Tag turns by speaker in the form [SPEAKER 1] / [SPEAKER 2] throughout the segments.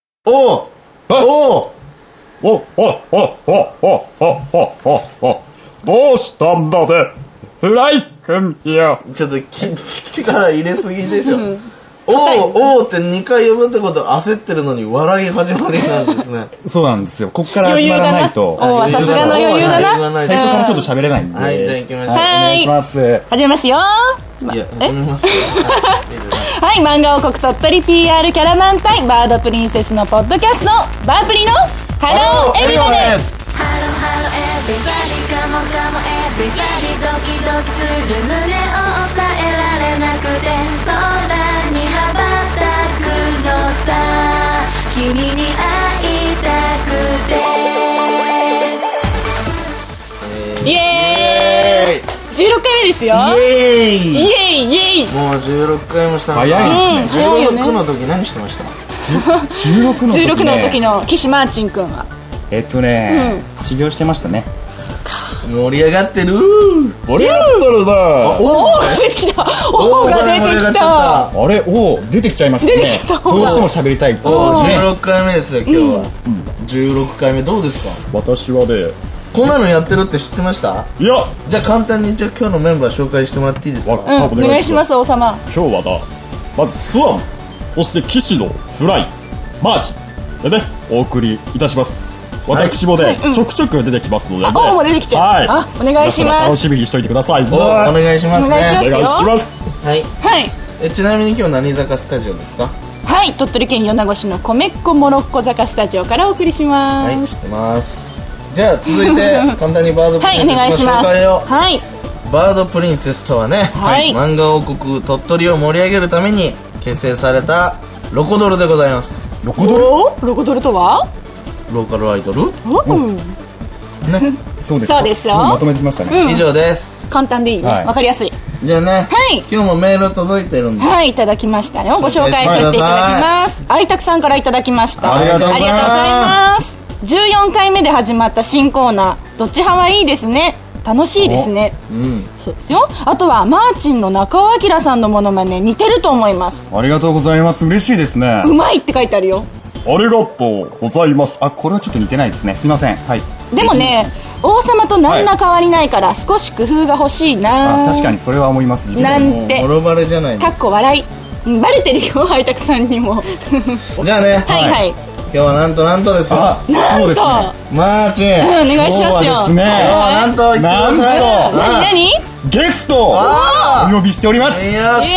[SPEAKER 1] おうおう
[SPEAKER 2] おおおおおおおおおどうしたんだねフライ君いや
[SPEAKER 1] ちょっとき力入れすぎでしょ。おうおうって2回呼ぶってことは焦ってるのに笑い始まりなんです ね。
[SPEAKER 2] そうなんですよこっから
[SPEAKER 3] 余
[SPEAKER 2] 始
[SPEAKER 3] 裕
[SPEAKER 2] まら
[SPEAKER 3] だ
[SPEAKER 2] な
[SPEAKER 3] ない
[SPEAKER 2] と
[SPEAKER 3] おーさすがの余裕だ
[SPEAKER 1] 余裕が
[SPEAKER 3] な
[SPEAKER 1] ない
[SPEAKER 2] 最初からちょっと喋れないんで
[SPEAKER 1] はい、じゃあ行きましょう。
[SPEAKER 2] お願いします
[SPEAKER 3] 始めます
[SPEAKER 1] い
[SPEAKER 3] よ
[SPEAKER 1] や、始めますよ。
[SPEAKER 3] はい漫画王国鳥取 PR キャラマン対バードプリンセスのポッドキャストバープリのハローエビバディ
[SPEAKER 4] Hello, hello, everybody, come on, come on, everybody ドキドキする胸を抑えられなくて空に羽ばたくのさ君に会いたくて
[SPEAKER 3] イエ
[SPEAKER 1] え
[SPEAKER 3] ーイ16回目ですよ
[SPEAKER 1] イエーイ
[SPEAKER 3] イエイイエイ
[SPEAKER 1] もう16回もしたのか
[SPEAKER 2] 早いですね
[SPEAKER 3] うん早いよね
[SPEAKER 1] 16の時何してました
[SPEAKER 2] 16の時ね
[SPEAKER 3] 16の時の岸マーチンくんは
[SPEAKER 2] えっとね修行してましたね
[SPEAKER 1] 盛り上がってる
[SPEAKER 2] あれやったるな
[SPEAKER 1] おお
[SPEAKER 3] 出てきたおお
[SPEAKER 1] お
[SPEAKER 3] が出てきた
[SPEAKER 2] あれおー出てきちゃいました
[SPEAKER 3] 出てきた
[SPEAKER 2] ねどうしても喋りたい
[SPEAKER 1] お
[SPEAKER 2] と
[SPEAKER 1] お
[SPEAKER 2] ね
[SPEAKER 1] 16回目ですよ今日は16回目どうですか
[SPEAKER 2] 私はね
[SPEAKER 1] こんなのやってるって知ってました
[SPEAKER 2] いや
[SPEAKER 1] じゃあ簡単にじゃあ今日のメンバー紹介してもらっていいですか
[SPEAKER 3] うんお願いします王様
[SPEAKER 2] 今日はだまずスワンそして騎士のフライマーチでねお送りいたします
[SPEAKER 1] い
[SPEAKER 2] 私もね、ちょくちょく出てきますので、ね、
[SPEAKER 3] あ王も出てきちゃう
[SPEAKER 2] はい
[SPEAKER 3] あお願いします
[SPEAKER 2] 皆様楽しみにしといてください
[SPEAKER 1] おお
[SPEAKER 2] はい
[SPEAKER 1] 願いします
[SPEAKER 3] お願いしま
[SPEAKER 1] ね
[SPEAKER 3] す
[SPEAKER 2] お願いします
[SPEAKER 1] はい
[SPEAKER 3] はい
[SPEAKER 1] えちなみに今日何坂スタジオですか
[SPEAKER 3] はい鳥取県米子市の米っ子モロッコ坂スタジオからお送りしま
[SPEAKER 1] は
[SPEAKER 3] す
[SPEAKER 1] い知ってますじゃあ続い て簡単にバードプ
[SPEAKER 3] はい、
[SPEAKER 1] リ
[SPEAKER 3] お
[SPEAKER 1] ン
[SPEAKER 3] 願い
[SPEAKER 1] セス
[SPEAKER 3] し
[SPEAKER 1] の紹
[SPEAKER 3] ます
[SPEAKER 1] 介を
[SPEAKER 3] はい
[SPEAKER 1] バードプリンセスとはね、
[SPEAKER 3] はい
[SPEAKER 1] 漫画王国鳥取を盛り上げるために結成されたロコドルでございます
[SPEAKER 2] ロコドル
[SPEAKER 3] おロコドルとは
[SPEAKER 1] ローカルアイドル、ね、
[SPEAKER 3] うん
[SPEAKER 2] そうです
[SPEAKER 3] そうですよ
[SPEAKER 2] ごいまとめてきましたね、
[SPEAKER 3] うん
[SPEAKER 1] 以上です
[SPEAKER 3] 簡単でいいね
[SPEAKER 2] はい
[SPEAKER 3] わかりやすい
[SPEAKER 1] じゃあね、
[SPEAKER 3] はい
[SPEAKER 1] 今日もメール届いてるんで、
[SPEAKER 3] はいいただきましたよご紹介させていただきます愛拓さんからいただきました
[SPEAKER 1] ありがとうございます
[SPEAKER 3] ありがとうございます14回目で始まった新コーナーどっち派はいいですね楽しいですね
[SPEAKER 1] うん
[SPEAKER 3] そうですよあとはマーチンの中尾明さんのモノマネ似てると思います
[SPEAKER 2] ありがとうございます嬉しいですねあ
[SPEAKER 3] うまいって書いてあるよ
[SPEAKER 2] りがとうございますあこれはちょっと似てないですねすいませんはい
[SPEAKER 3] でもね王様と何ら変わりないから少し工夫が欲しいな
[SPEAKER 2] あ確かにそれは思います自分
[SPEAKER 3] な
[SPEAKER 2] で
[SPEAKER 3] ん
[SPEAKER 1] もう
[SPEAKER 3] て
[SPEAKER 1] ボロバレじゃないで
[SPEAKER 3] かっこ笑いうんバレてるよハイタクさんにも
[SPEAKER 1] すじゃあね、
[SPEAKER 3] はいはい
[SPEAKER 1] 今日はなんとなんとですよ
[SPEAKER 2] あそうですね
[SPEAKER 1] マーチン
[SPEAKER 3] うん
[SPEAKER 1] 今
[SPEAKER 3] お願いします
[SPEAKER 2] 今日は
[SPEAKER 3] よ
[SPEAKER 2] ですね
[SPEAKER 1] 日はなんと言ってください
[SPEAKER 2] なんと
[SPEAKER 3] 何何
[SPEAKER 2] ゲストをお呼びしております
[SPEAKER 1] よっし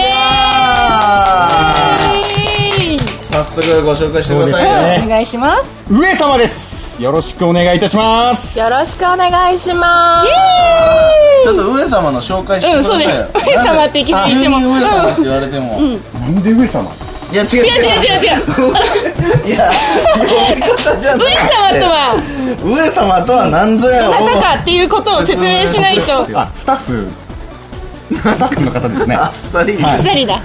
[SPEAKER 1] ゃ
[SPEAKER 3] え
[SPEAKER 1] ー早速ご紹介してください
[SPEAKER 2] そうですね
[SPEAKER 3] ーお願いします
[SPEAKER 2] 上様ですよろしくお願いいたします
[SPEAKER 5] よろしくお願いします
[SPEAKER 1] ちょっと上様の紹介してくださいよ、
[SPEAKER 3] うんそうだよ上様って聞いても
[SPEAKER 1] なんで急に上様って言われても、い
[SPEAKER 2] なんで上様
[SPEAKER 1] や違う違う
[SPEAKER 3] 違う違う違う上様
[SPEAKER 1] いや呼び方じゃなくて
[SPEAKER 3] とは
[SPEAKER 1] 上様とは何ぞや
[SPEAKER 3] ど
[SPEAKER 1] ろ
[SPEAKER 3] なたかっていうことを説明しないと
[SPEAKER 2] あスタッフ スタッフの方ですね
[SPEAKER 1] あっさり
[SPEAKER 2] は
[SPEAKER 1] はいい、
[SPEAKER 3] 二人だ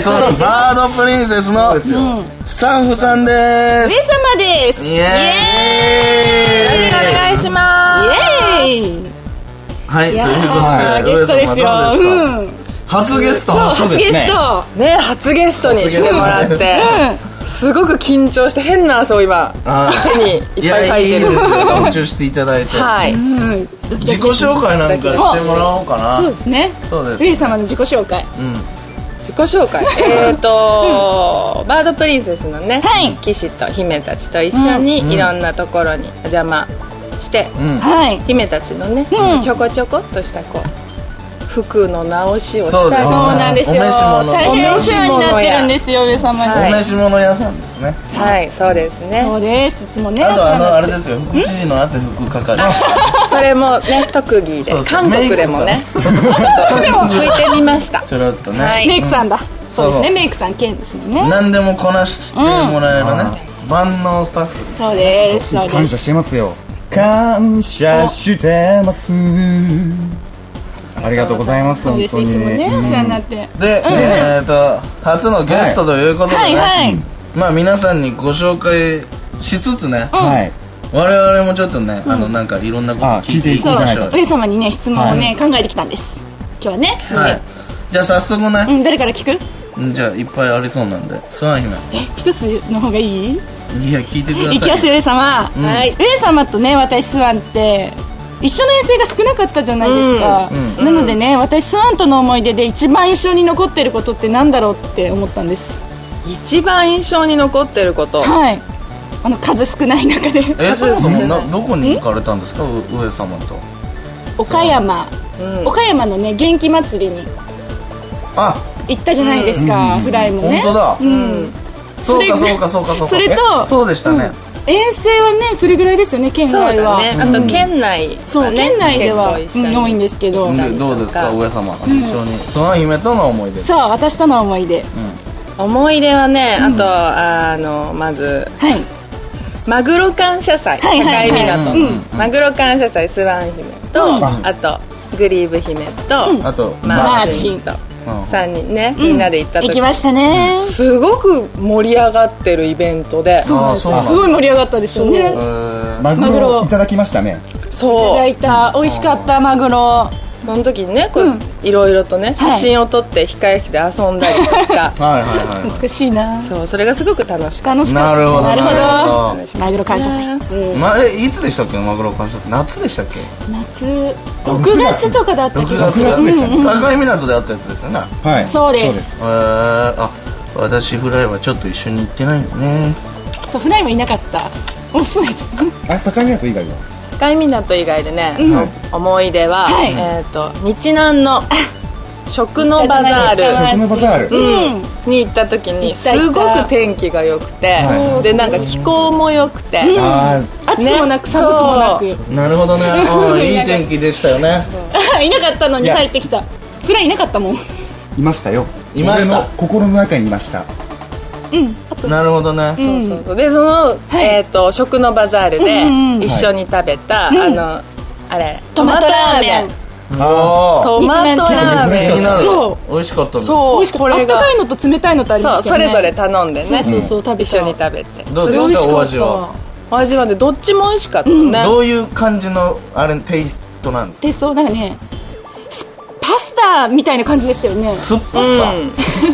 [SPEAKER 1] そうですバードプリンセスのスタッフさんです
[SPEAKER 3] 上様です
[SPEAKER 1] イエ
[SPEAKER 5] よ
[SPEAKER 1] ーイ
[SPEAKER 5] ろしくお願いし
[SPEAKER 3] イ
[SPEAKER 5] ま
[SPEAKER 3] エーイ
[SPEAKER 1] はいという
[SPEAKER 3] あーゲ
[SPEAKER 1] こ
[SPEAKER 3] ス
[SPEAKER 1] とで
[SPEAKER 3] トで
[SPEAKER 1] 上様
[SPEAKER 3] す
[SPEAKER 1] ど
[SPEAKER 3] よ
[SPEAKER 1] うですか、
[SPEAKER 3] うん
[SPEAKER 1] 初ゲスト
[SPEAKER 3] そう
[SPEAKER 2] そう
[SPEAKER 3] 初
[SPEAKER 2] で
[SPEAKER 3] ゲ
[SPEAKER 2] すね
[SPEAKER 3] スト
[SPEAKER 5] すね初ゲストにしてもらっ
[SPEAKER 1] 初ゲ
[SPEAKER 5] てすごく緊張して変な汗を今
[SPEAKER 1] あー
[SPEAKER 5] 手にいっぱい書いてる
[SPEAKER 1] やいいですよ途中していただいて、
[SPEAKER 5] はい
[SPEAKER 3] うん
[SPEAKER 1] 自己紹介なんかしてもらおうかな
[SPEAKER 3] そうですね
[SPEAKER 1] そうです
[SPEAKER 3] 上様の自己紹介
[SPEAKER 5] 自己紹 介えっとバードプリンセスのね
[SPEAKER 3] はい
[SPEAKER 5] 騎士と姫たちと一緒にいろんなところにお邪魔して
[SPEAKER 3] はい
[SPEAKER 5] 姫たちのね
[SPEAKER 3] うん
[SPEAKER 5] ちょこちょこっとしたこう服の直しをし
[SPEAKER 1] そうで
[SPEAKER 5] た
[SPEAKER 1] す
[SPEAKER 5] り
[SPEAKER 3] そうなんですよ
[SPEAKER 1] お召し物
[SPEAKER 3] 大変お世話になってるんですよ上様に
[SPEAKER 5] は
[SPEAKER 1] お
[SPEAKER 5] い
[SPEAKER 1] 召し物屋さんですね
[SPEAKER 5] はいそうですね
[SPEAKER 3] そうですいつもね
[SPEAKER 1] あとあ
[SPEAKER 3] お世
[SPEAKER 1] の
[SPEAKER 3] 話
[SPEAKER 1] あ
[SPEAKER 3] に
[SPEAKER 1] れ
[SPEAKER 3] なっ
[SPEAKER 1] で
[SPEAKER 3] て
[SPEAKER 1] すよ副知事の汗拭く係
[SPEAKER 5] それもね特技 で
[SPEAKER 1] そうそう
[SPEAKER 5] 韓国でもね
[SPEAKER 1] メイクさんそう
[SPEAKER 5] 拭いてみました
[SPEAKER 1] ちょろっとね、
[SPEAKER 5] はい
[SPEAKER 3] メイクさんだそうです
[SPEAKER 1] そ
[SPEAKER 3] ね
[SPEAKER 1] う
[SPEAKER 3] メイクさん兼ですもんね
[SPEAKER 1] 何でもこなしてもらえるね、万能スタッフです
[SPEAKER 3] そうですそうで
[SPEAKER 2] 感
[SPEAKER 3] す
[SPEAKER 2] 謝してますよ感謝してますありがとうございます
[SPEAKER 3] そう
[SPEAKER 2] 本
[SPEAKER 3] です
[SPEAKER 2] 当
[SPEAKER 3] い
[SPEAKER 2] に
[SPEAKER 3] つもねお世話になって
[SPEAKER 1] で、えっ、と初のゲストということでね、
[SPEAKER 3] はいはい
[SPEAKER 1] まあ皆さんにご紹介しつつね、
[SPEAKER 2] はい
[SPEAKER 1] 我々もちょっとね、あのなんかいろんなこと聞いていき
[SPEAKER 2] あ聞いていこうじゃ
[SPEAKER 1] ま
[SPEAKER 2] な
[SPEAKER 1] し
[SPEAKER 2] い
[SPEAKER 1] ょう
[SPEAKER 2] か
[SPEAKER 3] 上様にね質問をね考えてきたんです今日はね
[SPEAKER 1] はいじゃあ早速ね、
[SPEAKER 3] うん誰から聞く
[SPEAKER 1] うんじゃあいっぱいありそうなんでスワン姫
[SPEAKER 3] え一つの方がいい
[SPEAKER 1] いや聞いてくだ
[SPEAKER 3] 一
[SPEAKER 1] さ
[SPEAKER 3] 挙
[SPEAKER 1] いよ
[SPEAKER 3] 手上様、
[SPEAKER 5] はい
[SPEAKER 3] 上様とね私スワンって一緒の遠征が少なかったじゃないですか、なのでね私スワンとの思い出で一番印象に残ってることってなんだろうって思ったんです
[SPEAKER 5] 一番印象に残ってること
[SPEAKER 3] はいあの数少ない中で
[SPEAKER 1] えそれそもなどこに行かれたんですかう上様と
[SPEAKER 3] 岡山、岡山のね元気祭りに
[SPEAKER 1] あ
[SPEAKER 3] 行ったじゃないですか、フライもね
[SPEAKER 1] 本当だ
[SPEAKER 3] うん
[SPEAKER 1] そうか
[SPEAKER 3] それ
[SPEAKER 1] そうかそうかそうか
[SPEAKER 3] それと
[SPEAKER 1] えそうでしたね
[SPEAKER 3] 遠征はねそれぐらいですよね県
[SPEAKER 5] そう
[SPEAKER 3] 外
[SPEAKER 5] だ
[SPEAKER 3] は
[SPEAKER 5] ねあと県内
[SPEAKER 3] そう県内では
[SPEAKER 5] 結構一緒に
[SPEAKER 3] うん多いんですけど、
[SPEAKER 1] でどうですか上様一緒にその夢との思い出
[SPEAKER 3] そう私との思い出
[SPEAKER 5] 思い出はねあとあのまず
[SPEAKER 3] はい
[SPEAKER 5] マグロ感謝祭境
[SPEAKER 3] はいはいはい
[SPEAKER 5] 港のマグロ感謝祭スワン姫とあとグリーブ姫と
[SPEAKER 1] あと
[SPEAKER 5] マ
[SPEAKER 1] まあ
[SPEAKER 5] ーチンと
[SPEAKER 1] うん
[SPEAKER 5] 3人ねみんなで行った
[SPEAKER 3] 行
[SPEAKER 5] 時
[SPEAKER 3] きましたね、
[SPEAKER 5] すごく盛り上がってるイベントで
[SPEAKER 1] ああそうなん
[SPEAKER 3] すごい盛り上がったですよねい
[SPEAKER 1] え
[SPEAKER 3] た
[SPEAKER 1] ー
[SPEAKER 2] マ
[SPEAKER 3] マ
[SPEAKER 2] グ
[SPEAKER 3] グ
[SPEAKER 2] ロ
[SPEAKER 3] ロ
[SPEAKER 2] いただきましたね
[SPEAKER 5] そう
[SPEAKER 3] だいた美味しかったマグロ
[SPEAKER 5] その時にねこういろいろとね写真を撮って控室で遊んだり とか
[SPEAKER 1] はいはいはいは
[SPEAKER 3] 懐かしいな
[SPEAKER 5] そうそれがすごく楽しかっ
[SPEAKER 3] 楽しかった
[SPEAKER 1] なるほど
[SPEAKER 3] なるほど
[SPEAKER 1] なるほ
[SPEAKER 3] マグロ感謝祭
[SPEAKER 1] いまえいつでしたっけマグロ感謝祭夏でしたっけ
[SPEAKER 3] 夏6月とかだったけど
[SPEAKER 2] 6月でしたね
[SPEAKER 1] 境港であったやつですよね
[SPEAKER 2] はい
[SPEAKER 3] そうです
[SPEAKER 1] えーあ私フライはちょっと一緒に行ってないんだね
[SPEAKER 3] そうフライもいなかったもう すぐ行った
[SPEAKER 2] あ坂港以外は
[SPEAKER 5] た海港以外でね、思い出は、
[SPEAKER 3] はい
[SPEAKER 5] えっ、と日 南の食のバザ
[SPEAKER 3] 行ったじゃないですか
[SPEAKER 2] 食の
[SPEAKER 5] ー
[SPEAKER 2] バザール
[SPEAKER 5] ルに行った時に
[SPEAKER 3] 行った
[SPEAKER 5] す
[SPEAKER 3] 行った
[SPEAKER 5] ごく天気が良くて、
[SPEAKER 2] はい
[SPEAKER 5] でなんか気候も良くて、
[SPEAKER 2] あ
[SPEAKER 3] 暑くもなく
[SPEAKER 5] ね
[SPEAKER 3] 寒くもなく
[SPEAKER 1] なるほ どねあーいい天気でしたよね
[SPEAKER 3] いなかったのに
[SPEAKER 2] いや
[SPEAKER 3] 帰ってきたフライいなかったもん
[SPEAKER 2] ーいましたよ
[SPEAKER 1] いました
[SPEAKER 2] 俺の心の中にいました
[SPEAKER 1] なるほどね
[SPEAKER 5] そうそうそうでその、えっ、と食のバザールで一緒に食べた、あのあれ
[SPEAKER 3] トマトラーメン
[SPEAKER 1] ああ
[SPEAKER 5] トマトラーメン
[SPEAKER 1] 気
[SPEAKER 2] 結構珍しか
[SPEAKER 1] になる
[SPEAKER 3] そ
[SPEAKER 1] 美味しかったんだ
[SPEAKER 5] そう
[SPEAKER 3] 美味しか
[SPEAKER 5] こ
[SPEAKER 3] ったあ
[SPEAKER 5] れ
[SPEAKER 3] った
[SPEAKER 5] が
[SPEAKER 3] かいのと冷たいのとありま
[SPEAKER 5] そう
[SPEAKER 3] したよ
[SPEAKER 5] そ
[SPEAKER 3] ね
[SPEAKER 5] れぞれ頼んで
[SPEAKER 3] そう
[SPEAKER 5] ね
[SPEAKER 3] そうそう食べた
[SPEAKER 5] 一緒に食べて
[SPEAKER 1] どうで
[SPEAKER 3] そ
[SPEAKER 1] し
[SPEAKER 3] れ美味したかった
[SPEAKER 1] お味は
[SPEAKER 5] 味はねどっちも美味しかったね、
[SPEAKER 1] どういう感じのあれテイストなんですか
[SPEAKER 3] でそうなんかねスパスタみたいな感じでしたよね
[SPEAKER 1] 酸っぱさ、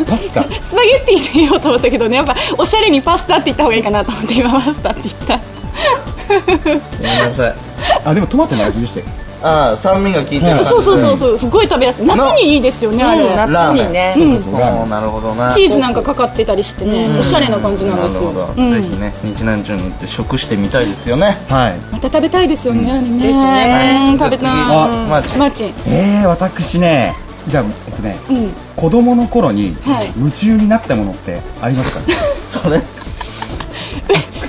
[SPEAKER 2] パスタ
[SPEAKER 3] スパゲッティって言おうと思ったけどねやっぱおしゃれにパスタって言った方がいいかなと思って今パスタって言った
[SPEAKER 1] ごめんなさい
[SPEAKER 2] あでもトマトの味でしたよ
[SPEAKER 1] ああ酸味が効いてる感じ
[SPEAKER 3] そうそうそうそうすごい食べやすい夏にいいですよねあれ
[SPEAKER 5] 夏
[SPEAKER 1] ラーメン
[SPEAKER 5] にね
[SPEAKER 1] おーなるほどな
[SPEAKER 3] チーズなんかかかってたりしてねおしゃれな感じなん
[SPEAKER 1] なる
[SPEAKER 3] です
[SPEAKER 1] ほ
[SPEAKER 3] よ
[SPEAKER 1] ど、
[SPEAKER 3] うん
[SPEAKER 1] ぜひね日南町に行って食してみたいですよ ね
[SPEAKER 2] はい
[SPEAKER 3] また食べたいですよねあれ
[SPEAKER 5] すね
[SPEAKER 3] ねうん食べ
[SPEAKER 1] じゃ
[SPEAKER 3] た
[SPEAKER 1] あ
[SPEAKER 3] い
[SPEAKER 1] 次マーチ
[SPEAKER 3] マーチン
[SPEAKER 2] えー、私ねじゃあえっとね、
[SPEAKER 3] うん
[SPEAKER 2] 子供の頃に
[SPEAKER 3] はい
[SPEAKER 2] 夢中になったものってありますか、
[SPEAKER 1] それ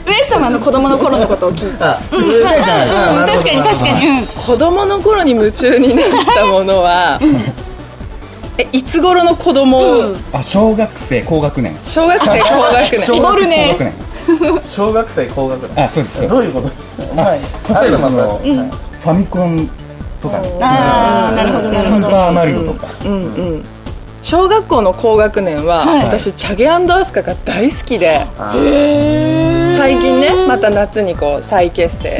[SPEAKER 3] 上様の子供の頃のことを聞いた
[SPEAKER 1] あ
[SPEAKER 3] うんうん
[SPEAKER 1] それ
[SPEAKER 3] 確かに確かにうん
[SPEAKER 5] 子供の頃に夢中になったものはえいつ頃の子供、
[SPEAKER 2] あ小学生高学年
[SPEAKER 5] 小学生高学年
[SPEAKER 3] 絞るね
[SPEAKER 2] 小学生
[SPEAKER 1] 小学生高学年
[SPEAKER 2] 高学年あそうですよ
[SPEAKER 1] どういうことですかはい
[SPEAKER 2] 例えばその
[SPEAKER 1] はいはい
[SPEAKER 2] ファミコンとかね
[SPEAKER 3] ああなるほどなるほ
[SPEAKER 2] スー
[SPEAKER 3] ど
[SPEAKER 2] パーマリオとか、
[SPEAKER 5] 小学校の高学年は、私チャゲアスカが大好きで最近ねまた夏にこう再結成、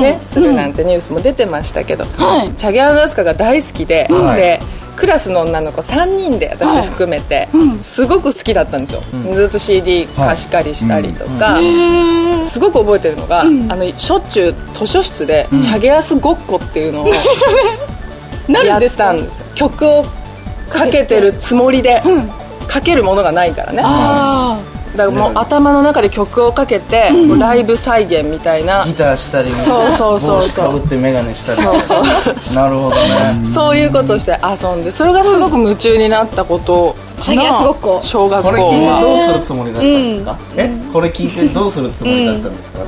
[SPEAKER 5] ね、するなんてニュースも出てましたけど、
[SPEAKER 3] はい
[SPEAKER 5] チャゲアスカが大好きで、
[SPEAKER 2] はい
[SPEAKER 5] でクラスの女の子3人で私含めて、すごく好きだったんですよ、ずっと CD 貸し借りしたりとか、すごく覚えてるのが、あのしょっちゅう図書室で、チャゲアスごっこって いうのを
[SPEAKER 3] なる
[SPEAKER 5] や
[SPEAKER 3] ん
[SPEAKER 5] っ
[SPEAKER 3] です
[SPEAKER 5] た
[SPEAKER 3] か
[SPEAKER 5] んです曲をかけてるつもりで、かけるものがないからねだ
[SPEAKER 3] あ
[SPEAKER 5] からもう頭の中で曲をかけて、こうライブ再現みたいな
[SPEAKER 1] ギターしたり
[SPEAKER 5] そうそうそう
[SPEAKER 1] 帽子かぶって眼鏡したり
[SPEAKER 5] そうそう
[SPEAKER 1] なるほどね
[SPEAKER 5] そういうことをして遊んでそれがすごく夢中になったこと
[SPEAKER 3] チ
[SPEAKER 5] か
[SPEAKER 3] ャゲ
[SPEAKER 5] な
[SPEAKER 3] アスごっこ
[SPEAKER 5] 小学校
[SPEAKER 1] これ聞いて
[SPEAKER 5] は
[SPEAKER 1] どうするつもりだったんですか、えこれ聞いてどうするつもりだったんですか、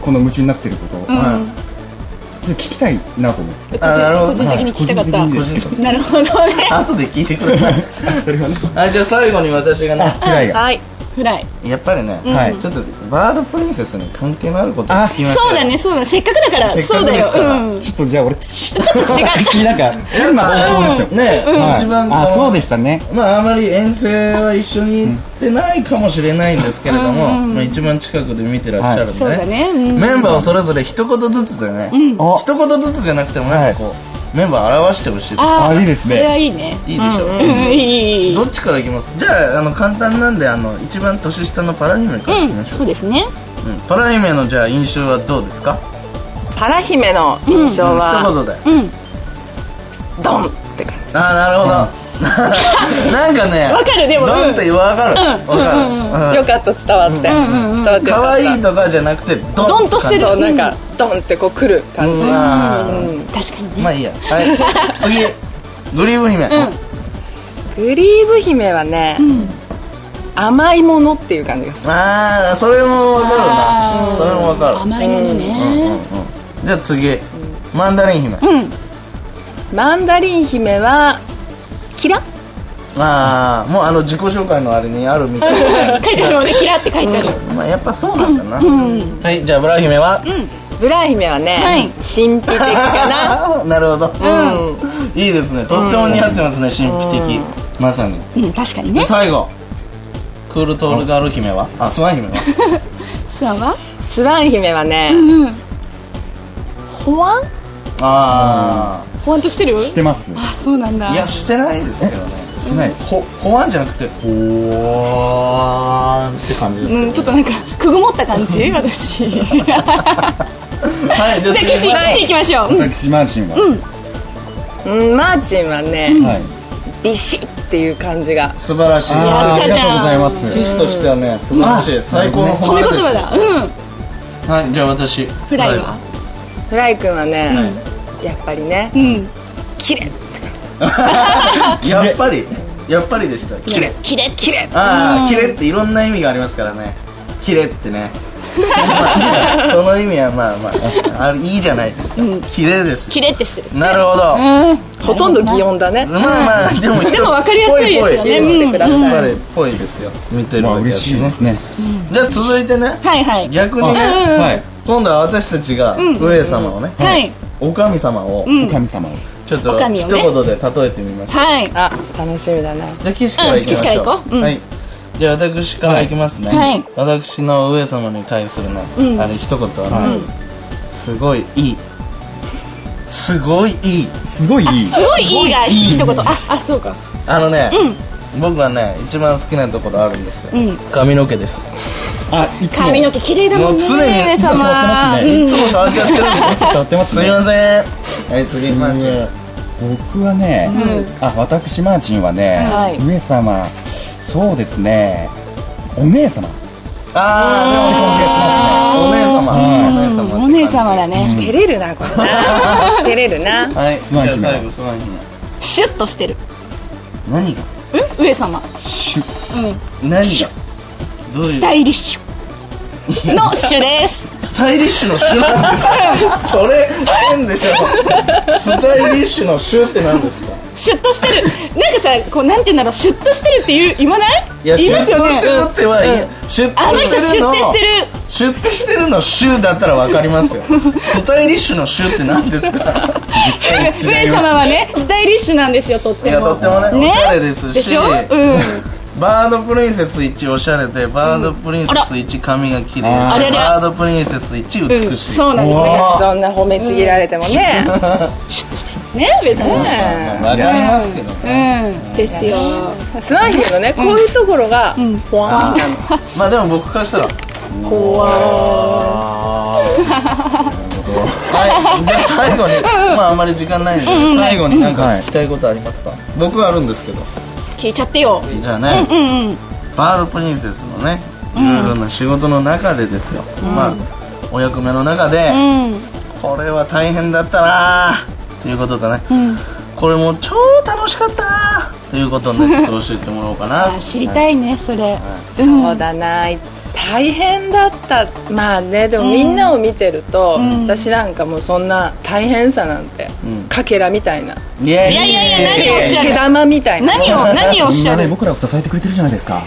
[SPEAKER 2] この夢中になってることを、ちょ
[SPEAKER 1] はい
[SPEAKER 2] っと聞きたいなと思って
[SPEAKER 3] あ
[SPEAKER 1] あなるほど
[SPEAKER 3] 個人的に聞きたかっ
[SPEAKER 2] 個
[SPEAKER 3] た
[SPEAKER 2] 人的に
[SPEAKER 1] 個人的に
[SPEAKER 3] なるほどね
[SPEAKER 1] 後で聞いてください
[SPEAKER 2] それはね
[SPEAKER 1] あじゃあ最後に私がね
[SPEAKER 2] あくらいが
[SPEAKER 5] はい
[SPEAKER 3] フライ
[SPEAKER 1] やっぱりね、
[SPEAKER 2] はい
[SPEAKER 1] ちょっとバードプリンセスに関係のあることを聞きました
[SPEAKER 3] そうだねそうだねせっかくだから
[SPEAKER 1] せっか
[SPEAKER 3] そ
[SPEAKER 1] く
[SPEAKER 3] うだ
[SPEAKER 1] で
[SPEAKER 3] よ
[SPEAKER 1] すから
[SPEAKER 3] うん
[SPEAKER 2] ちょっとじ ゃあ俺ちなんか今あそうですよ、
[SPEAKER 1] ね、
[SPEAKER 2] はい
[SPEAKER 1] 一番こ
[SPEAKER 2] あそうでしたね
[SPEAKER 1] まああまり遠征は一緒に行ってないかもしれないんですけれども、まあ、一番近くで見てらっしゃるんで、ね
[SPEAKER 3] そうだねうん
[SPEAKER 1] メンバーをそれぞれ一言ずつでね、
[SPEAKER 2] お
[SPEAKER 1] 一言ずつじゃなくてもなんかこう、メンバー表してほしいで
[SPEAKER 2] あ
[SPEAKER 3] あ
[SPEAKER 2] いいです
[SPEAKER 3] それは
[SPEAKER 2] ね
[SPEAKER 3] いいね
[SPEAKER 1] すいいでしょう、
[SPEAKER 3] うんいいいいいい
[SPEAKER 1] どっちからいきますじゃああの簡単なんであの一番年下のパラ姫からいきましょう、
[SPEAKER 3] そうですね
[SPEAKER 1] パラ姫のじゃあ印象はどうですか
[SPEAKER 5] パラ姫の印象
[SPEAKER 1] 一
[SPEAKER 5] は、
[SPEAKER 1] 言で
[SPEAKER 5] ドンって感じ
[SPEAKER 1] ああなるほどなんかね
[SPEAKER 3] わかるでもうん
[SPEAKER 1] ドンって言わかるわかる
[SPEAKER 5] よかった伝わって、伝わって
[SPEAKER 1] 可
[SPEAKER 5] よかった
[SPEAKER 1] 愛いとかじゃなくてドン
[SPEAKER 3] ドンとしてる
[SPEAKER 5] そうなんか、ドンってこう来る感じ、
[SPEAKER 1] うわ
[SPEAKER 5] うん
[SPEAKER 3] 確かに
[SPEAKER 1] まあいいやはい次グリーブ姫
[SPEAKER 5] グリーブ姫はね、甘いものっていう感じがする
[SPEAKER 1] ああそれもわかるなそれもわかる
[SPEAKER 3] 甘いものね
[SPEAKER 1] じゃあ次マンダリン姫
[SPEAKER 5] マンダリン姫はキラ
[SPEAKER 1] ああもうあの自己紹介のあれにあるみたいな
[SPEAKER 3] 書いてあるもんねキラって書いてある
[SPEAKER 1] まあやっぱそうなんだなはいじゃあブラ姫は
[SPEAKER 5] ブラ姫はね、
[SPEAKER 3] はい
[SPEAKER 5] 神秘的か な
[SPEAKER 1] あー なるほどいいですねとっても似合ってますね神秘的まさに
[SPEAKER 3] うん確かに
[SPEAKER 1] で
[SPEAKER 3] ね
[SPEAKER 1] 最後クールトールガール姫はあスワン姫は
[SPEAKER 3] さんは
[SPEAKER 5] スワン姫はね、ほわん
[SPEAKER 1] あ
[SPEAKER 3] 保安としてる
[SPEAKER 2] してますね
[SPEAKER 3] あそうなんだ
[SPEAKER 1] あいやしてないですけどねしないですほほわんじゃなくてほわーんって感じです
[SPEAKER 3] うんちょっとなんかくぐもった感じ私 じゃ
[SPEAKER 1] はいじゃ
[SPEAKER 3] あ
[SPEAKER 1] あ
[SPEAKER 3] 岸岸
[SPEAKER 1] 次
[SPEAKER 3] 行きましょううん
[SPEAKER 2] 私マーチンは、
[SPEAKER 5] うんマーチンはね、
[SPEAKER 2] はい
[SPEAKER 5] ビシッっていう感じが
[SPEAKER 1] 素晴らしい
[SPEAKER 2] あーあ
[SPEAKER 3] やった
[SPEAKER 2] り
[SPEAKER 3] じゃん
[SPEAKER 2] がとうございます
[SPEAKER 1] 騎士としてはね素晴らしい最高の
[SPEAKER 3] 褒
[SPEAKER 1] 褒
[SPEAKER 3] め
[SPEAKER 1] め
[SPEAKER 3] 言
[SPEAKER 1] で
[SPEAKER 3] 葉
[SPEAKER 1] す
[SPEAKER 3] だうん
[SPEAKER 1] はいじゃあ私
[SPEAKER 3] フライは
[SPEAKER 5] フライ君はね、やっぱりね
[SPEAKER 3] うん
[SPEAKER 5] キレ
[SPEAKER 1] やっぱりやっぱりでしたキレ
[SPEAKER 3] キレキレ
[SPEAKER 1] ああキレっていろんな意味がありますからねキレってね まあその意味はまあまああいいじゃないですかキレです
[SPEAKER 3] キレってしてる
[SPEAKER 1] なるほど
[SPEAKER 5] ほとんど擬音だね
[SPEAKER 1] まあまあでも
[SPEAKER 3] でも分かりやすいですよね
[SPEAKER 1] ぽ
[SPEAKER 3] うん
[SPEAKER 1] ぽいぽいやっぱりぽいですよ見てる
[SPEAKER 2] まあ
[SPEAKER 1] だけだ
[SPEAKER 2] 嬉しいですね
[SPEAKER 1] じゃあ続いてね
[SPEAKER 3] はいはい
[SPEAKER 1] 逆
[SPEAKER 2] あ
[SPEAKER 1] にね
[SPEAKER 2] はい
[SPEAKER 1] 今度は私たちが上様をね
[SPEAKER 3] はい
[SPEAKER 1] お神様を
[SPEAKER 2] お神様を
[SPEAKER 1] ちょっと
[SPEAKER 3] お神を
[SPEAKER 1] 一
[SPEAKER 3] ね
[SPEAKER 1] 言で例えてみましょう
[SPEAKER 3] はい
[SPEAKER 5] あ楽しみだな
[SPEAKER 1] じゃあ岸から行きましょ
[SPEAKER 3] うん岸から行こ
[SPEAKER 1] う、
[SPEAKER 3] ううん
[SPEAKER 1] はいじゃあ私から行きますね、
[SPEAKER 3] はい
[SPEAKER 1] 私の上様に対するね、あれ一言はね、すごいいいすごいいい
[SPEAKER 2] すごいいい
[SPEAKER 3] すごいいいが一言ああそうか
[SPEAKER 1] あのね、僕はね一番好きなところあるんですよ、
[SPEAKER 3] うん
[SPEAKER 1] 髪の毛です
[SPEAKER 2] あいつも
[SPEAKER 3] 髪の毛綺麗だもんね
[SPEAKER 1] もう常に
[SPEAKER 3] 上
[SPEAKER 1] ずっと触って
[SPEAKER 3] 様
[SPEAKER 2] ます
[SPEAKER 3] う
[SPEAKER 2] ね
[SPEAKER 1] い
[SPEAKER 3] ん
[SPEAKER 1] つも触っちゃってるん ですよ
[SPEAKER 2] 触ってます
[SPEAKER 1] すい
[SPEAKER 2] ね
[SPEAKER 1] ませんはい次マーチン
[SPEAKER 2] 僕はね、あ私マーチンはね、
[SPEAKER 5] はい
[SPEAKER 2] 上様そうですねお姉様
[SPEAKER 1] あーでも
[SPEAKER 2] うん
[SPEAKER 1] お姉様、お姉様って感
[SPEAKER 3] うんお
[SPEAKER 1] じ
[SPEAKER 3] 姉様だね
[SPEAKER 5] 照れるなこれな照れるな
[SPEAKER 1] はい
[SPEAKER 2] ス
[SPEAKER 1] じ
[SPEAKER 2] ワ
[SPEAKER 1] ゃ
[SPEAKER 2] ン
[SPEAKER 1] あ
[SPEAKER 2] 姫
[SPEAKER 1] 最後スワン姫
[SPEAKER 3] シュッとしてる
[SPEAKER 1] 何が
[SPEAKER 3] うん上様
[SPEAKER 2] シュ
[SPEAKER 1] 何がどうい
[SPEAKER 3] ス
[SPEAKER 1] う
[SPEAKER 3] タイリッシュのシ ュです
[SPEAKER 1] スタイリッシュの種なんですか それ変でしょスタイリッシュの種って何ですか
[SPEAKER 3] シュッとしてるなんかさこうなんて言うんだろうシュッとしてるって言う言わない
[SPEAKER 1] いや
[SPEAKER 3] 言い
[SPEAKER 1] シュ
[SPEAKER 3] ま
[SPEAKER 1] ッと
[SPEAKER 3] すよね
[SPEAKER 1] してるっては、いやシュッ
[SPEAKER 3] あ
[SPEAKER 1] と
[SPEAKER 3] の人
[SPEAKER 1] して
[SPEAKER 3] シ
[SPEAKER 1] る
[SPEAKER 3] ュッ
[SPEAKER 1] の
[SPEAKER 3] としてる
[SPEAKER 1] シュッとしてるの種だったらわかり ますよスタイリッシュの種って何ですか
[SPEAKER 3] なんか上様はねスタイリッシュなんですよとって
[SPEAKER 1] いやと
[SPEAKER 3] も
[SPEAKER 1] ってもねおしゃれですし
[SPEAKER 3] でしょうん
[SPEAKER 1] バードプリンセス1おしゃれでバードプリンセス1髪が綺麗で
[SPEAKER 2] あ
[SPEAKER 3] ら
[SPEAKER 1] バードプリンセス1
[SPEAKER 3] う
[SPEAKER 1] 美
[SPEAKER 3] ん
[SPEAKER 1] しい、
[SPEAKER 3] そうなんですね
[SPEAKER 5] そんな褒めちぎられてもね
[SPEAKER 3] ね上様
[SPEAKER 1] わかりますけどね
[SPEAKER 3] うんですよ
[SPEAKER 5] スワン姫のねこういうところがほわーん
[SPEAKER 1] まあでも僕からしたら怖いはいじゃあ最後にまああんまり時間ないんで最後になんか聞きたいことありますか僕はあるんですけど
[SPEAKER 3] 聞いちゃってよ
[SPEAKER 1] じゃあねバードプリンセスのねいろいろな仕事の中でですよまあお役目の中で
[SPEAKER 3] うん
[SPEAKER 1] これは大変だったなーっていうことだねこれも超楽しかったなーっていうことをねちょっと教えてもらおうかな
[SPEAKER 3] あ知りたいねそれうん
[SPEAKER 5] そうだな大変だったまあねでもみんなを見てると、私なんかもうそんな大変さなんて、かけらみたい
[SPEAKER 1] イエ
[SPEAKER 5] な
[SPEAKER 1] ーイ
[SPEAKER 3] いやいやいや何をおっしゃ
[SPEAKER 5] 毛
[SPEAKER 3] る
[SPEAKER 5] 玉みたいな
[SPEAKER 3] 何を何をおっ
[SPEAKER 2] みん
[SPEAKER 3] しゃ
[SPEAKER 2] なね
[SPEAKER 3] る
[SPEAKER 2] 僕らを支えてくれてるじゃないですか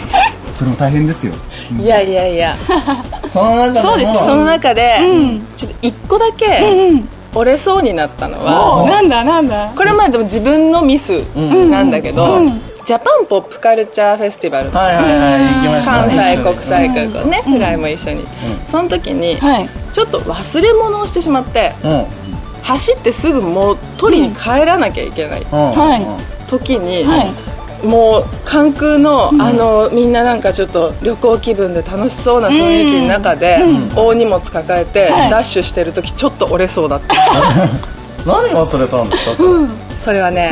[SPEAKER 2] それも大変ですよ
[SPEAKER 5] いやいやいや
[SPEAKER 1] その中でも
[SPEAKER 3] そうですよ
[SPEAKER 5] その中で、ちょっと一個だけ折れそうになったのは、
[SPEAKER 3] おなんだなんだ
[SPEAKER 5] これまでも自分のミスなんだけど、ジャパンポップカルチャーフェスティバル
[SPEAKER 1] はいはいはい行きました
[SPEAKER 5] 関
[SPEAKER 1] ね
[SPEAKER 5] 西国際空港ね、フライも一緒に、その時に、
[SPEAKER 3] はい
[SPEAKER 5] ちょっと忘れ物をしてしまって
[SPEAKER 1] うんうん
[SPEAKER 5] 走ってすぐもう取りに帰らなきゃいけない
[SPEAKER 1] は
[SPEAKER 3] はいい
[SPEAKER 5] 時に、
[SPEAKER 3] はい
[SPEAKER 5] もう関空の,、あのみんななんかちょっと旅行気分で楽しそうな雰囲気の中で、大荷物抱えて、
[SPEAKER 3] はい
[SPEAKER 5] ダッシュしてる時ちょっと折れそうだった
[SPEAKER 1] 何忘れたんですかそれ、
[SPEAKER 5] それはね、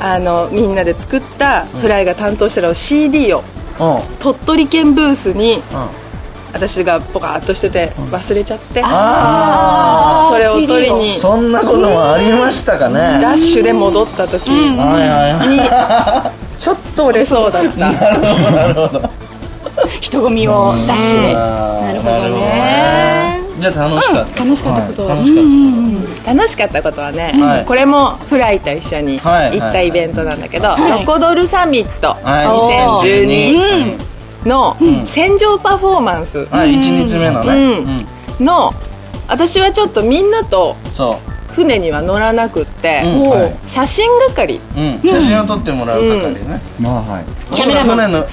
[SPEAKER 5] あのみんなで作ったフライが担当してる CD を
[SPEAKER 1] うん
[SPEAKER 5] 鳥取県ブースに
[SPEAKER 1] うん
[SPEAKER 5] 私がポカーっとしてて忘れちゃって
[SPEAKER 1] あ
[SPEAKER 5] それを取り
[SPEAKER 1] あ
[SPEAKER 5] に
[SPEAKER 1] そんなこともありましたかね
[SPEAKER 5] ダッシュで戻った時に
[SPEAKER 1] はいはいはい
[SPEAKER 5] ちょっと折れそうだった
[SPEAKER 3] 人混みを出してなるほどね
[SPEAKER 1] じゃあ楽しかった、
[SPEAKER 3] うん楽しかったこと
[SPEAKER 1] はい楽しかった、
[SPEAKER 5] 楽しかったことはね、
[SPEAKER 1] はい
[SPEAKER 5] これもフライと一緒に
[SPEAKER 1] はい
[SPEAKER 5] 行ったイベントなんだけど「
[SPEAKER 3] はい
[SPEAKER 5] ロコドルサミット
[SPEAKER 1] はい
[SPEAKER 5] 2012」の戦場パフォーマンス
[SPEAKER 1] はい、1日目のね、
[SPEAKER 5] うん
[SPEAKER 1] うん
[SPEAKER 5] の私はちょっとみんなと
[SPEAKER 1] そ
[SPEAKER 5] 船には乗らなくって、
[SPEAKER 1] うん
[SPEAKER 5] も
[SPEAKER 1] はいう
[SPEAKER 5] 写真係
[SPEAKER 1] う、うん、写真を撮ってもらう係ね、
[SPEAKER 2] まあはい
[SPEAKER 1] キャメラ船の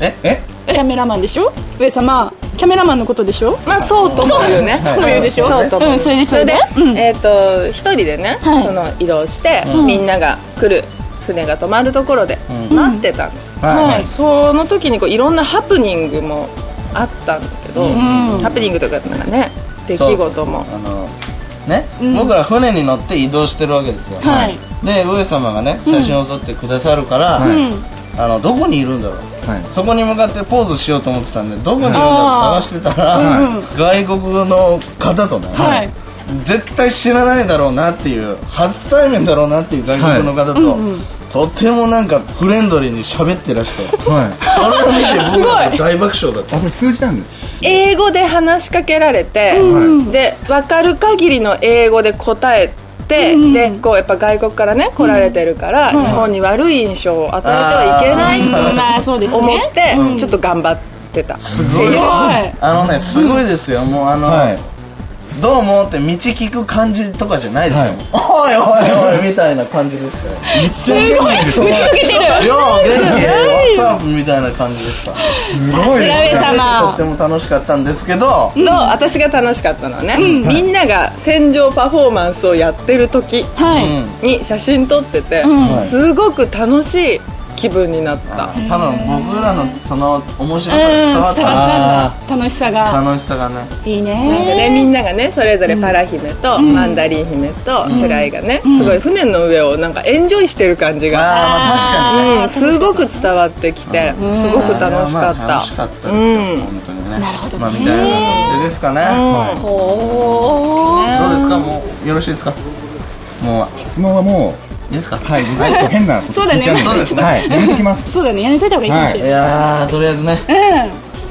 [SPEAKER 1] ええ
[SPEAKER 3] キャメラマンでしょ上様キャメラマンのことでしょ
[SPEAKER 5] まあそうともいうね
[SPEAKER 1] そう
[SPEAKER 3] とも言うでしょ
[SPEAKER 5] そうとも言
[SPEAKER 3] うんそれでそれでうん
[SPEAKER 5] えっ、と一人でね、
[SPEAKER 3] はい
[SPEAKER 5] その移動して、
[SPEAKER 3] ん
[SPEAKER 5] みんなが来る船が止まるところで
[SPEAKER 1] うん
[SPEAKER 5] 待ってたんです、
[SPEAKER 1] はいはい
[SPEAKER 5] その時にこういろんなハプニングもあったんだけど、ハプニングとかなんかね出来事も
[SPEAKER 1] そうそうそうあのね、僕ら船に乗って移動してるわけですよ、
[SPEAKER 3] はい
[SPEAKER 1] で上様がね写真を撮ってくださるから、あのどこにいるんだろう、
[SPEAKER 2] はい
[SPEAKER 1] そこに向かってポーズしようと思ってたんでどこにいるんだろう探してたら、外国の方とね、
[SPEAKER 3] はい
[SPEAKER 1] 絶対知らないだろうなっていう初対面だろうなっていう外国の方と、とてもなんかフレンドリーに喋ってらして
[SPEAKER 2] はい
[SPEAKER 1] それを見て僕ら大爆笑だった
[SPEAKER 2] あそれ通じたんです
[SPEAKER 5] 英語で話しかけられて、で分かる限りの英語で答えて、でこうやっぱ外国からね来られてるから、日本に悪い印象を与えてはいけないと
[SPEAKER 3] まあそうです
[SPEAKER 5] 思っ
[SPEAKER 3] ね
[SPEAKER 5] て、ちょっと頑張ってたす
[SPEAKER 1] すごい
[SPEAKER 3] すご
[SPEAKER 1] あのねすごいですよ、もうあの、
[SPEAKER 2] はい
[SPEAKER 1] どうもって道聞く感じとかじゃないですよ、おいおいおいみたいな感じでしたよ
[SPEAKER 2] めっちゃ元気ですね
[SPEAKER 3] 受けてる
[SPEAKER 1] よう元気ワッツアップみたいな感じでした
[SPEAKER 2] すごいですね
[SPEAKER 3] 上
[SPEAKER 1] とっ
[SPEAKER 3] 様
[SPEAKER 1] ても楽しかったんですけど
[SPEAKER 5] の私が楽しかったのはね、みんなが戦場パフォーマンスをやってる時
[SPEAKER 3] はい
[SPEAKER 5] に写真撮ってて、すごく楽しい気分になった、
[SPEAKER 1] 多分僕らのその面白さが
[SPEAKER 3] うん
[SPEAKER 1] 伝
[SPEAKER 3] 伝
[SPEAKER 1] わ
[SPEAKER 3] わ
[SPEAKER 1] っ
[SPEAKER 3] ったたんだ楽しさが
[SPEAKER 1] 楽しさがね
[SPEAKER 3] いい
[SPEAKER 5] なんか
[SPEAKER 3] ね
[SPEAKER 5] ね、みんながねそれぞれパラ姫とマンダリン姫とフライがね、すごい船の上をなんかエンジョイしてる感じ
[SPEAKER 1] あー
[SPEAKER 5] が、
[SPEAKER 1] まあ確かにね
[SPEAKER 5] うん、すごく伝わってきて、すごく楽しかっ、
[SPEAKER 1] まあ楽したかったですよ、本当にねなるほどまあみたいな感じですかね、はいどうですかもうよろしいですか質問は
[SPEAKER 2] 質問はも
[SPEAKER 1] いいですか
[SPEAKER 2] うはい僕ちょっと変なこと
[SPEAKER 3] そうだね
[SPEAKER 2] 聞いちゃうん
[SPEAKER 1] そう
[SPEAKER 2] で
[SPEAKER 1] ですす
[SPEAKER 2] け
[SPEAKER 1] ね
[SPEAKER 2] どはいやめてきます
[SPEAKER 3] そうだねやめといた方がいいかもしれ
[SPEAKER 1] い
[SPEAKER 3] ない
[SPEAKER 1] やーとりあえずね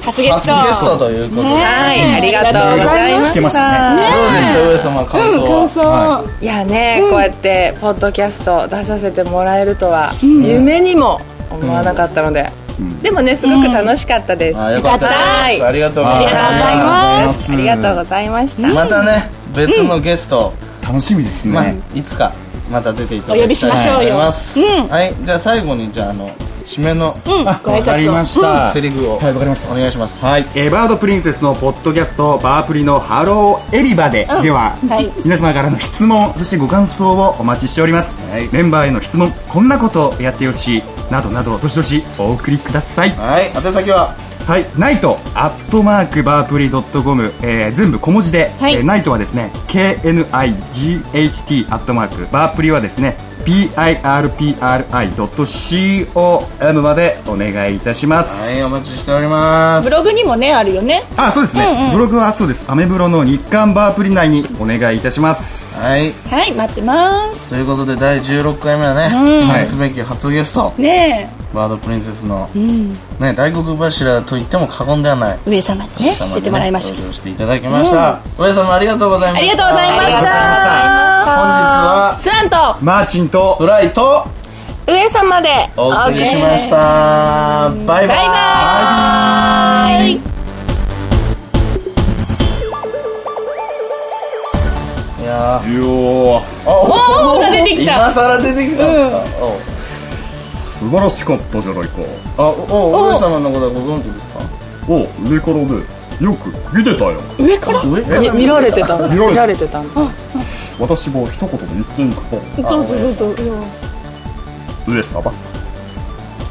[SPEAKER 3] 初ゲス
[SPEAKER 1] 初
[SPEAKER 3] ト
[SPEAKER 1] ゲストということで、
[SPEAKER 5] はいありがとうございま
[SPEAKER 2] 聞け
[SPEAKER 5] し
[SPEAKER 2] ましたた
[SPEAKER 1] ど
[SPEAKER 2] ね
[SPEAKER 1] うでした上様感想は、
[SPEAKER 3] 感想
[SPEAKER 5] いやね、こうやってポッドキャスト出させてもらえるとは夢にも思わなかったので、でもねすごく楽しかったです、
[SPEAKER 1] あーよかった
[SPEAKER 5] は
[SPEAKER 1] で
[SPEAKER 5] い
[SPEAKER 1] すありがとうござい
[SPEAKER 5] ありがとうござい
[SPEAKER 1] ま
[SPEAKER 5] ますありがとうございました、
[SPEAKER 1] すまたね別のゲスト、
[SPEAKER 2] 楽しみですね、
[SPEAKER 1] まあ、いつかまた出ていただきたい
[SPEAKER 3] お呼びしましょうよ
[SPEAKER 1] と思います、
[SPEAKER 3] うん
[SPEAKER 1] はいじゃあ最後にじゃああの締めの
[SPEAKER 2] あ
[SPEAKER 3] ご挨拶を
[SPEAKER 2] わかりました、
[SPEAKER 1] セリフを、
[SPEAKER 2] はいわかりました
[SPEAKER 1] お願いします
[SPEAKER 2] はい、えーバードプリンセスのポッドキャストバープリのハローエリバで、では、
[SPEAKER 3] はい
[SPEAKER 2] 皆様からの質問そしてご感想をお待ちしております、
[SPEAKER 1] はい
[SPEAKER 2] メンバーへの質問こんなことやってほしいなどなどどしどしお送りくださいは
[SPEAKER 1] はい宛先はい
[SPEAKER 2] ナイトアットマークバープリドットコム全部小文字で、
[SPEAKER 3] はい
[SPEAKER 2] えーナイトはですね KNIGHT アットマークバープリはですね PIRPRI.com までお願いいたします、
[SPEAKER 1] はいお待ちしております
[SPEAKER 3] ブログにもねあるよね
[SPEAKER 2] あそうですね、ブログはそうですアメブロの日刊バープリ内にお願いいたします
[SPEAKER 1] はい
[SPEAKER 3] はい待ってます
[SPEAKER 1] ということで第16回目はね記念すべき初ゲスト
[SPEAKER 3] ね
[SPEAKER 1] バードプリンセスの、ね大黒柱と言っても過言ではない
[SPEAKER 3] え上様に
[SPEAKER 1] 上
[SPEAKER 3] ね
[SPEAKER 1] 様にね
[SPEAKER 3] 出てもらいました
[SPEAKER 1] 登場していただきました、上様ありがとうございま
[SPEAKER 3] あ
[SPEAKER 1] した
[SPEAKER 3] りがとうございました
[SPEAKER 1] 本日は
[SPEAKER 3] スワンと
[SPEAKER 2] マーチンと
[SPEAKER 1] フライと
[SPEAKER 5] 上様で
[SPEAKER 1] お送りしましたバイバイ
[SPEAKER 3] バイバイ
[SPEAKER 1] いやー
[SPEAKER 2] いやー
[SPEAKER 3] おおが出てき
[SPEAKER 1] 今
[SPEAKER 3] た
[SPEAKER 1] さら出てきたんですか、
[SPEAKER 2] 素晴らしかったじゃないか
[SPEAKER 1] おあおお上様のことはご存知ですか
[SPEAKER 2] お上からねよく見てたよ
[SPEAKER 3] 上から
[SPEAKER 1] 上から
[SPEAKER 5] 見られてた
[SPEAKER 2] 見られてた
[SPEAKER 5] 見られてたんだ
[SPEAKER 2] 私も一言で言っていいか
[SPEAKER 3] どうぞどうぞよ
[SPEAKER 2] 上様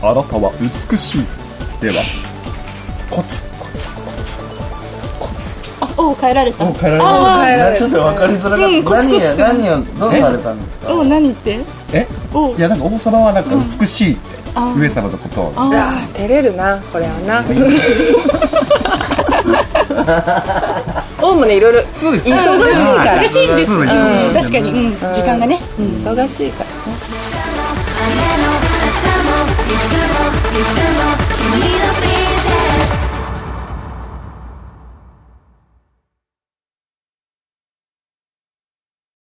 [SPEAKER 2] あなたは美しいではコツコツ
[SPEAKER 3] あお変えられた
[SPEAKER 1] もう帰られ
[SPEAKER 5] あー帰られ
[SPEAKER 1] ま
[SPEAKER 5] る
[SPEAKER 1] すちょっと分かりづらか
[SPEAKER 3] うん
[SPEAKER 1] った
[SPEAKER 3] コツコツって
[SPEAKER 1] 何を何をどうされたんですか
[SPEAKER 3] お何言って
[SPEAKER 2] え
[SPEAKER 3] お
[SPEAKER 2] いやなんか王様はなんか美しいって、
[SPEAKER 3] あ
[SPEAKER 2] 上様のことを
[SPEAKER 5] い
[SPEAKER 3] あ
[SPEAKER 5] やー照れるなこれはな オウムねいろいろ
[SPEAKER 2] そうです
[SPEAKER 5] 忙しいから
[SPEAKER 3] 忙しいんです
[SPEAKER 2] そう
[SPEAKER 3] うん
[SPEAKER 2] 忙しい
[SPEAKER 3] 確かに、うん、時間がね、うん
[SPEAKER 5] 忙しいから
[SPEAKER 4] 雨も朝もいつ